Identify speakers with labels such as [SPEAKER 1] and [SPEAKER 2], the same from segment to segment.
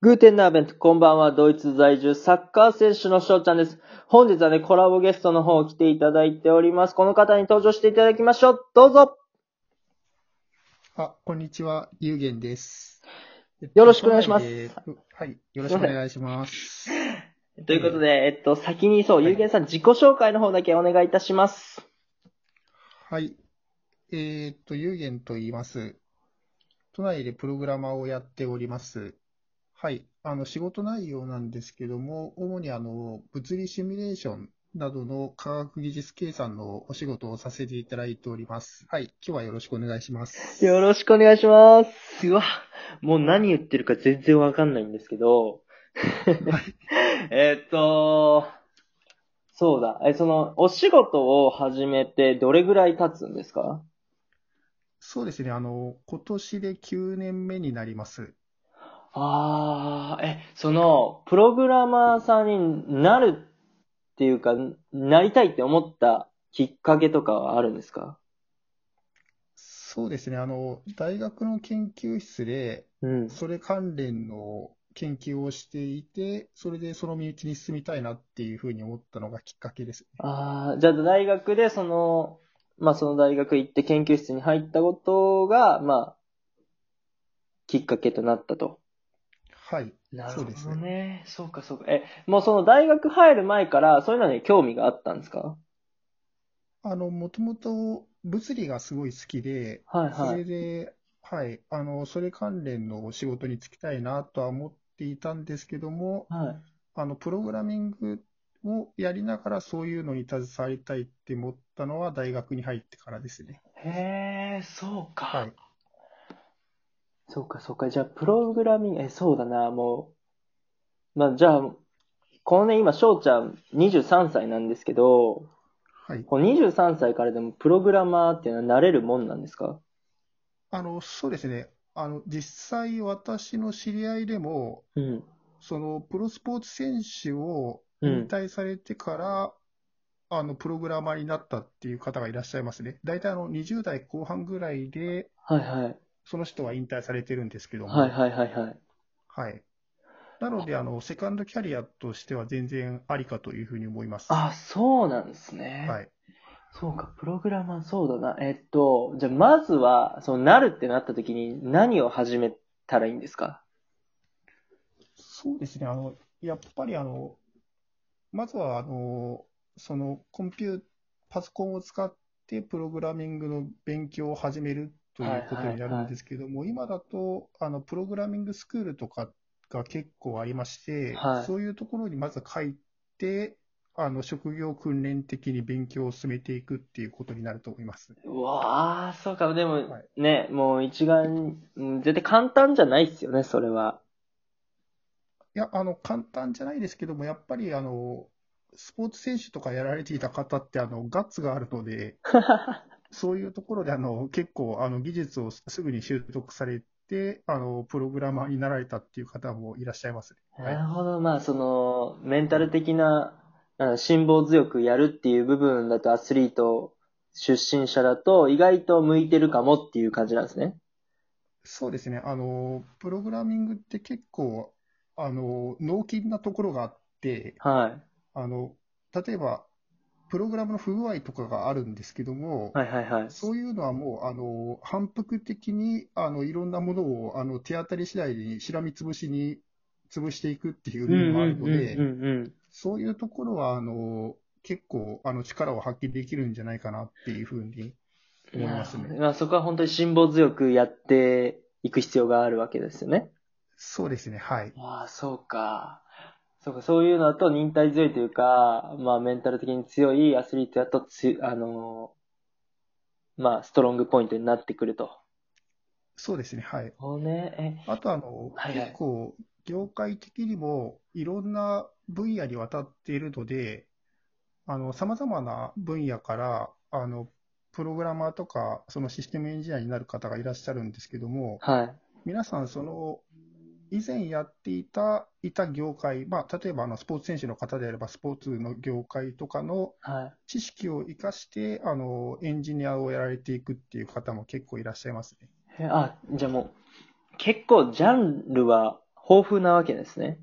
[SPEAKER 1] グーテンナーベント、こんばんは、ドイツ在住、サッカー選手の翔ちゃんです。本日はね、コラボゲストの方来ていただいております。この方に登場していただきましょう。どうぞ
[SPEAKER 2] あ、こんにちは、ゆうげんです。
[SPEAKER 1] よろしくお願いします
[SPEAKER 2] えっとはい、よろしくお願いします。
[SPEAKER 1] ということで、えっと、先にそう、
[SPEAKER 2] はい
[SPEAKER 1] ゆうげんさん、自己紹介の方だけお願いいたします。
[SPEAKER 2] はい。えっと、ゆうげんと言います。都内でプログラマーをやっております。はい。あの、仕事内容なんですけども、主にあの、物理シミュレーションなどの科学技術計算のお仕事をさせていただいております。はい。今日はよろしくお願いします。
[SPEAKER 1] よろしくお願いします。うわ、もう何言ってるか全然わかんないんですけど。 えっと、そうだ。え、その、お仕事を始めてどれぐらい経つんですか
[SPEAKER 2] そうですね、あの、今年で9年目になります。
[SPEAKER 1] ああ、え、その、プログラマーさんになるっていうか、なりたいって思ったきっかけとかはあるんですか
[SPEAKER 2] そうですね。あの、大学の研究室で、
[SPEAKER 1] うん。
[SPEAKER 2] それ関連の研究をしていて、それでその身内に進みたいなっていうふうに思ったのがきっかけですね。
[SPEAKER 1] ああ、じゃあ大学でその、まあその大学行って研究室に入ったことが、まあ、きっかけとなったと。
[SPEAKER 2] はい。
[SPEAKER 1] な
[SPEAKER 2] そうですね
[SPEAKER 1] ね。そうかそうか。え、もうその大学入る前からそういうのに興味があったんですか
[SPEAKER 2] あの、もともと物理がすごい好きで、
[SPEAKER 1] はい
[SPEAKER 2] そ
[SPEAKER 1] は
[SPEAKER 2] れ
[SPEAKER 1] い。
[SPEAKER 2] で、はい、あの、それ関連のお仕事に就きたいなとは思っていたんですけども、
[SPEAKER 1] はい。
[SPEAKER 2] あの、プログラミングをやりながらそういうのに携わりたいって思ったのは大学に入ってからですね。
[SPEAKER 1] へえ、そうか。
[SPEAKER 2] はい。
[SPEAKER 1] そうか、そうか。じゃあ、プログラミング、え、そうだな、もう。まあ、じゃあ、このね、今、翔ちゃん23歳なんですけど、
[SPEAKER 2] はい。
[SPEAKER 1] この23歳からでもプログラマーっていうのは慣れるもんなんですか
[SPEAKER 2] あの、そうですね。あの、実際私の知り合いでも、
[SPEAKER 1] うん。
[SPEAKER 2] その、プロスポーツ選手を
[SPEAKER 1] うん
[SPEAKER 2] 引退されてから、あの、プログラマーになったっていう方がいらっしゃいますね。大体あの、20代後半ぐらいで、
[SPEAKER 1] はいはい。
[SPEAKER 2] その人は引退されてるんですけども。
[SPEAKER 1] はいはいはいはい。
[SPEAKER 2] はい。なので、あの、セカンドキャリアとしては全然ありかというふうに思います。
[SPEAKER 1] あ、そうなんですね。
[SPEAKER 2] はい。
[SPEAKER 1] そうか、プログラマー、そうだな。えっと、じゃあ、まずは、その、なるってなった時に何を始めたらいいんですか
[SPEAKER 2] そうですね、あの、やっぱりあの、まずはあの、そのコンピュー、パソコンを使ってプログラミングの勉強を始めるということになるんですけども、今だと、あの、プログラミングスクールとかが結構ありまして、
[SPEAKER 1] はい
[SPEAKER 2] そういうところにまず書いて、あの、職業訓練的に勉強を進めていくっていうことになると思います。
[SPEAKER 1] うわあ、そうか、でも、
[SPEAKER 2] はい
[SPEAKER 1] ね、もう一概に、うん絶対簡単じゃないっすよね、それは。
[SPEAKER 2] いや、あの、簡単じゃないですけども、やっぱり、あの、スポーツ選手とかやられていた方って、あの、ガッツがあるので、 そういうところで、あの、結構、あの、技術をすぐに習得されて、あの、プログラマーになられたっていう方もいらっしゃいますね。
[SPEAKER 1] なるほど、まあ、その、メンタル的な、あの辛抱強くやるっていう部分だと、アスリート出身者だと、意外と向いてるかもっていう感じなんですね。
[SPEAKER 2] そうですね。あの、プログラミングって結構、あの、脳筋なところがあって、
[SPEAKER 1] は
[SPEAKER 2] あの、例えば、プログラムの不具合とかがあるんですけども
[SPEAKER 1] い。、はいはいはい。
[SPEAKER 2] そういうのはもう、あの、反復的に、あの、いろんなものを、あの、手当たり次第にしらみつぶしに潰していくっていううんの
[SPEAKER 1] うん
[SPEAKER 2] もある
[SPEAKER 1] う
[SPEAKER 2] の
[SPEAKER 1] んう
[SPEAKER 2] で、
[SPEAKER 1] んうん。
[SPEAKER 2] そういうところは、あの、結構、あの、力を発揮できるんじゃないかなっていうふうに思います
[SPEAKER 1] なるほ
[SPEAKER 2] ね。
[SPEAKER 1] どまあ、そこは本当に辛抱強くやっていく必要があるわけですよね。
[SPEAKER 2] そうですね、はい。
[SPEAKER 1] ああ、そうか。そうか、そういうのだと忍耐強いというか、まあメンタル的に強いアスリートだとつ、あのーまあストロングポイントになってくると。
[SPEAKER 2] そうですね、はい。
[SPEAKER 1] そうね。
[SPEAKER 2] あと、あの、
[SPEAKER 1] はいはい
[SPEAKER 2] 結構、業界的にも、いろんな分野にわたっているので、あの、様々な分野から、あの、プログラマーとか、そのシステムエンジニアになる方がいらっしゃるんですけども、
[SPEAKER 1] え、はい。
[SPEAKER 2] 皆さん、その、以前やっていた、いた業界、まあ、例えば、あの、スポーツ選手の方であれば、スポーツの業界とかの
[SPEAKER 1] はい。
[SPEAKER 2] 知識を活かして、あの、エンジニアをやられていくっていう方も結構いらっしゃいますね。
[SPEAKER 1] えあ、じゃあもう、結構ジャンルは豊富なわけですね。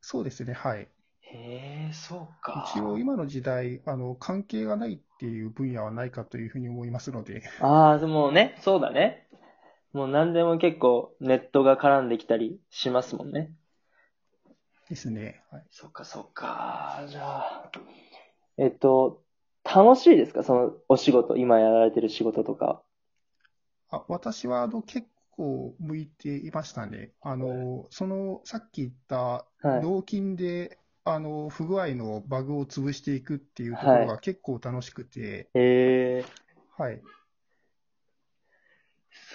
[SPEAKER 2] そうですね、はい。
[SPEAKER 1] へえ、そうか。
[SPEAKER 2] 一応今の時代、あの、関係がないっていう分野はないかというふうに思いますので、
[SPEAKER 1] ああ、もうね、そうだね。もう何でも結構ネットが絡んできたりしますもんね。
[SPEAKER 2] ですね。はい、
[SPEAKER 1] そっかそっか。じゃあ。えっと、楽しいですかそのお仕事、今やられてる仕事とか。
[SPEAKER 2] あ私は、あの、結構向いていましたね。あの、その、さっき言った、
[SPEAKER 1] はい。
[SPEAKER 2] 動筋で、あの、不具合のバグを潰していくっていうところが結構楽しくて、
[SPEAKER 1] ええ
[SPEAKER 2] はい。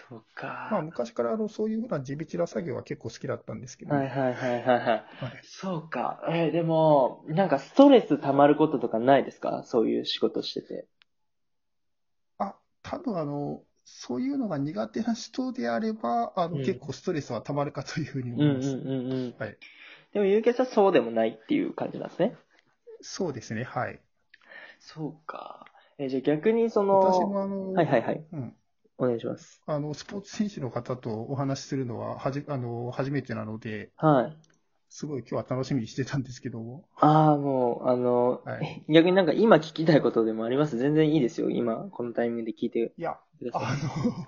[SPEAKER 1] そう
[SPEAKER 2] まあ、
[SPEAKER 1] か。
[SPEAKER 2] 昔から、あの、そういうふうな地道な作業は結構好きだったんですけど、
[SPEAKER 1] はいはいはいはいはい。
[SPEAKER 2] はい
[SPEAKER 1] そうか。えーでも、なんかストレス溜まることとかないですかそういう仕事してて。
[SPEAKER 2] あ、多分あの、そういうのが苦手な人であれば、あの、
[SPEAKER 1] うん
[SPEAKER 2] 結構ストレスはたまるかというふうに
[SPEAKER 1] うん
[SPEAKER 2] 思い
[SPEAKER 1] うん
[SPEAKER 2] ます。
[SPEAKER 1] うんうん。
[SPEAKER 2] はい。
[SPEAKER 1] でも、ゆうけいさんはそうでもないっていう感じなんですね。
[SPEAKER 2] そうですね、はい。
[SPEAKER 1] そうか。えーじゃあ逆にその、
[SPEAKER 2] 私もあの、
[SPEAKER 1] はいはいはい。
[SPEAKER 2] うん。
[SPEAKER 1] お願いします。
[SPEAKER 2] あの、スポーツ選手の方とお話しするのは、はじ、あの、初めてなので、
[SPEAKER 1] はい。
[SPEAKER 2] すごい今日は楽しみにしてたんですけども、
[SPEAKER 1] ああ、もう、あの、
[SPEAKER 2] は
[SPEAKER 1] 逆になんか今聞きたいことでもあります。全然いいですよ。今、このタイミングで聞いて
[SPEAKER 2] いや、
[SPEAKER 1] くださ
[SPEAKER 2] あ
[SPEAKER 1] い。
[SPEAKER 2] の、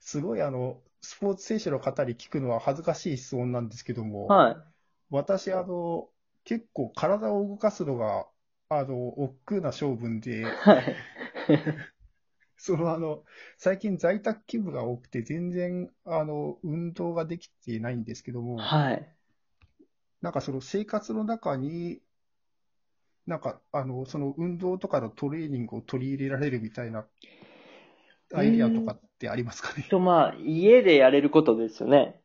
[SPEAKER 2] すごいあの、スポーツ選手の方に聞くのは恥ずかしい質問なんですけども、
[SPEAKER 1] はい。
[SPEAKER 2] 私、あの、結構体を動かすのが、あの、億劫な性分で、
[SPEAKER 1] はい。
[SPEAKER 2] そのあの、最近在宅勤務が多くて、全然、あの、運動ができていないんですけども、
[SPEAKER 1] はい。
[SPEAKER 2] なんかその生活の中に、なんか、あの、その運動とかのトレーニングを取り入れられるみたいなアイデアとかってありますかね。
[SPEAKER 1] と、まあ、家でやれることですよね。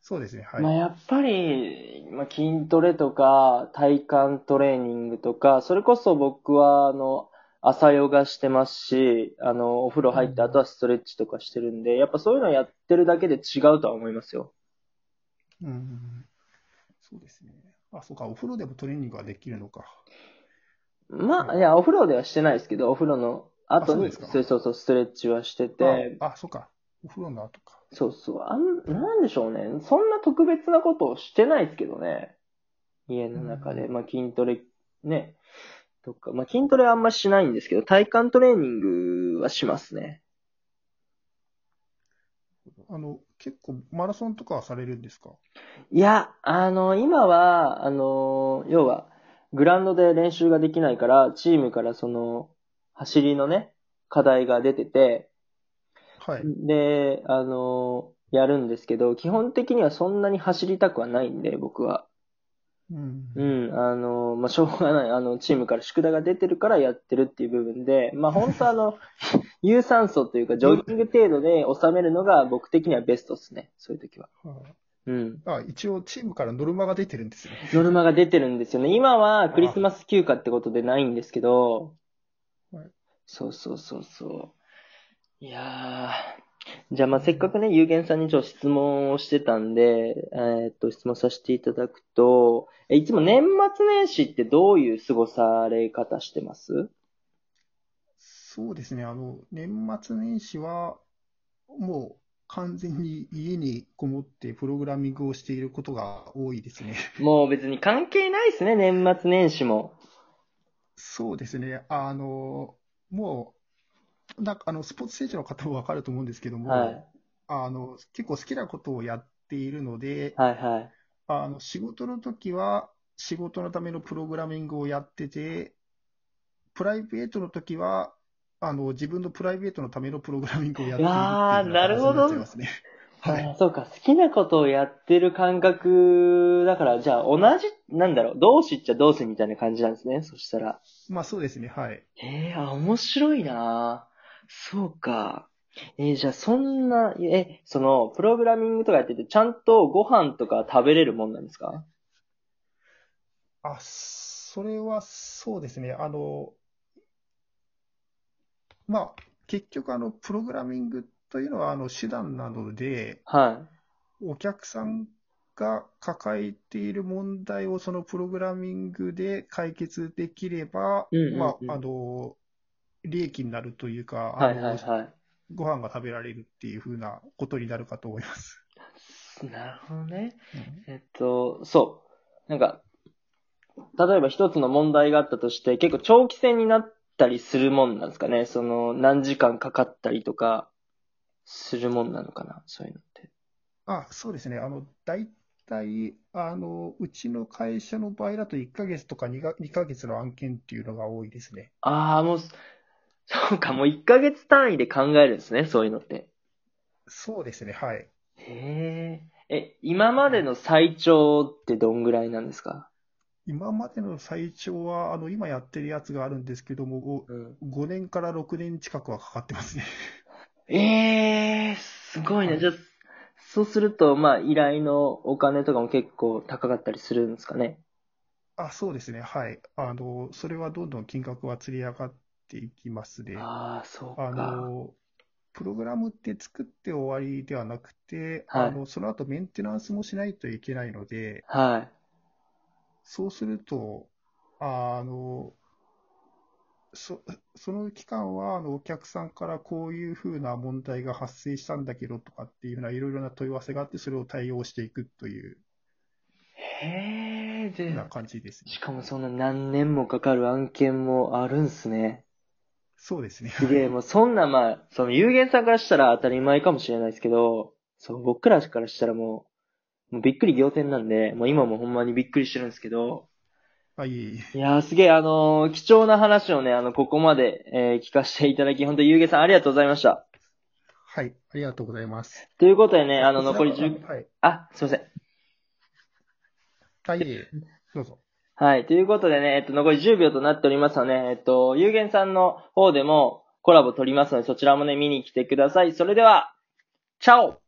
[SPEAKER 2] そうですね、
[SPEAKER 1] まあ、
[SPEAKER 2] はい。
[SPEAKER 1] やっぱり、まあ、筋トレとか、体幹トレーニングとか、それこそ僕は、あの、朝ヨガしてますし、あの、お風呂入った後はストレッチとかしてるんで、やっぱそういうのやってるだけで違うとは思いますよ。
[SPEAKER 2] うん。そうですね。あ、そうか、お風呂でもトレーニングができるのか。
[SPEAKER 1] まあ、
[SPEAKER 2] うん
[SPEAKER 1] いや、お風呂ではしてないですけど、お風呂の後
[SPEAKER 2] そう
[SPEAKER 1] に、
[SPEAKER 2] ですか
[SPEAKER 1] そうそうそう、ストレッチはしてて、
[SPEAKER 2] あ、あ、そうか、お風呂の後か。
[SPEAKER 1] そうそう、あん、なんでしょうね。そんな特別なことをしてないですけどね。家の中で、
[SPEAKER 2] うん
[SPEAKER 1] まあ筋トレ、ね、とか、まあ筋トレはあんましないんですけど、体幹トレーニングはしますね。
[SPEAKER 2] あの、結構マラソンとかはされるんですか
[SPEAKER 1] いや、あの、今は、あの、要は、グラウンドで練習ができないから、チームからその、走りのね、課題が出てて、
[SPEAKER 2] はい。
[SPEAKER 1] で、あの、やるんですけど、基本的にはそんなに走りたくはないんで、僕は。
[SPEAKER 2] うん。
[SPEAKER 1] うん、あの、まあ、しょうがない。あの、チームから宿題が出てるからやってるっていう部分で、まあ、本当あの、 有酸素というか、ジョギング程度で収めるのが僕的にはベストですね。そういう時は。うん。
[SPEAKER 2] あ、一応チームからノルマが出てるんですね。
[SPEAKER 1] ノルマが出てるんですよね。今はクリスマス休暇ってことでないんですけど
[SPEAKER 2] はい、
[SPEAKER 1] そうそうそうそう。いやー。じゃあ、まあ、せっかくね、有限さんにちょっと質問をしてたんで、えーっと、質問させていただくと、え、いつも年末年始ってどういう過ごされ方してます
[SPEAKER 2] そうですね。あの、年末年始は、もう完全に家にこもってプログラミングをしていることが多いですね。
[SPEAKER 1] もう別に関係ないですね、年末年始も。
[SPEAKER 2] そうですね。あの、もう、なんかあの、スポーツ選手の方もわかると思うんですけども、
[SPEAKER 1] はい。
[SPEAKER 2] あの、結構好きなことをやっているので、
[SPEAKER 1] はいはい。
[SPEAKER 2] あの、仕事の時は、仕事のためのプログラミングをやってて、プライベートの時は、あの、自分のプライベートのためのプログラミングをやっているっていう
[SPEAKER 1] あーなるほど
[SPEAKER 2] 形にっちゃいますね。はい。
[SPEAKER 1] あそうか、好きなことをやってる感覚だから、じゃあ同じ、なんだろう、同士っちゃ同士みたいな感じなんですね、そしたら。
[SPEAKER 2] まあそうですね、はい。
[SPEAKER 1] ええあ、面白いなそうか。えーじゃあそんな、え、その、プログラミングとかやってて、ちゃんとご飯とか食べれるもんなんですか
[SPEAKER 2] あ、それはそうですね。あの、まあ、結局あの、プログラミングというのはあの、手段なので、
[SPEAKER 1] は
[SPEAKER 2] お客さんが抱えている問題をそのプログラミングで解決できれば
[SPEAKER 1] うんうんうん、
[SPEAKER 2] まあ、あの、利益になるというか、
[SPEAKER 1] い。は
[SPEAKER 2] あ
[SPEAKER 1] いはい
[SPEAKER 2] の、
[SPEAKER 1] はい。
[SPEAKER 2] ご飯が食べられるっていう風なことになるかと思います。
[SPEAKER 1] なるほどね。
[SPEAKER 2] うん
[SPEAKER 1] えっと、そう。なんか、例えば一つの問題があったとして、結構長期戦になったりするもんなんですかね。その、何時間かかったりとか、するもんなのかな、そういうのって。
[SPEAKER 2] あ、そうですね。あの、大体、あの、うちの会社の場合だと1ヶ月とか2か、2ヶ月の案件っていうのが多いですね。
[SPEAKER 1] ああ、もう、そうか、もう1ヶ月単位で考えるんですね、そういうのって。
[SPEAKER 2] そうですね。はい。
[SPEAKER 1] へえ。え、今までの最長ってどんぐらいなんですか
[SPEAKER 2] 今までの最長は、あの、今やってるやつがあるんですけども、
[SPEAKER 1] うん。
[SPEAKER 2] 5年から6年近くはかかってますね。
[SPEAKER 1] ええー、すごいね。
[SPEAKER 2] はい
[SPEAKER 1] じゃあ、そうすると、まあ、依頼のお金とかも結構高かったりするんですかね。
[SPEAKER 2] あ、そうですね。はい。あの、それはどんどん金額はつり上がっていきますね。
[SPEAKER 1] ああ、そう
[SPEAKER 2] あ
[SPEAKER 1] か。
[SPEAKER 2] の、プログラムって作って終わりではなくて、
[SPEAKER 1] はい
[SPEAKER 2] あの、その後メンテナンスもしないといけないので、
[SPEAKER 1] はい。
[SPEAKER 2] そうすると、あの、そ、その期間は、あの、お客さんからこういうふうな問題が発生したんだけどとかっていうような、いろいろな問い合わせがあって、それを対応していくという
[SPEAKER 1] へえ、
[SPEAKER 2] よう
[SPEAKER 1] で
[SPEAKER 2] な、感じですね。
[SPEAKER 1] しかもそんな何年もかかる案件もあるんすね。
[SPEAKER 2] そうですね。
[SPEAKER 1] す げえ、もうそんなまあ、その有限さんからしたら当たり前かもしれないですけど、そう、僕らからしたらもう、もうびっくり仰天なんで、もう今もほんまにびっくりしてるんですけど、
[SPEAKER 2] はいいえいえ。
[SPEAKER 1] いやーすげえ、あのー貴重な話をね、あの、ここまで、えー聞かせていただき、本当ゆうげさんありがとうございました。
[SPEAKER 2] はい、ありがとうございます。
[SPEAKER 1] ということでね、あの、残り
[SPEAKER 2] こちらは
[SPEAKER 1] 10、
[SPEAKER 2] はい。
[SPEAKER 1] あ、すいません。
[SPEAKER 2] はい、いえいえどうぞ。
[SPEAKER 1] はい。ということでね、えっと、残り10秒となっておりますので、えっと、有限さんの方でもコラボ取りますので、そちらもね、見に来てください。それでは、チャオ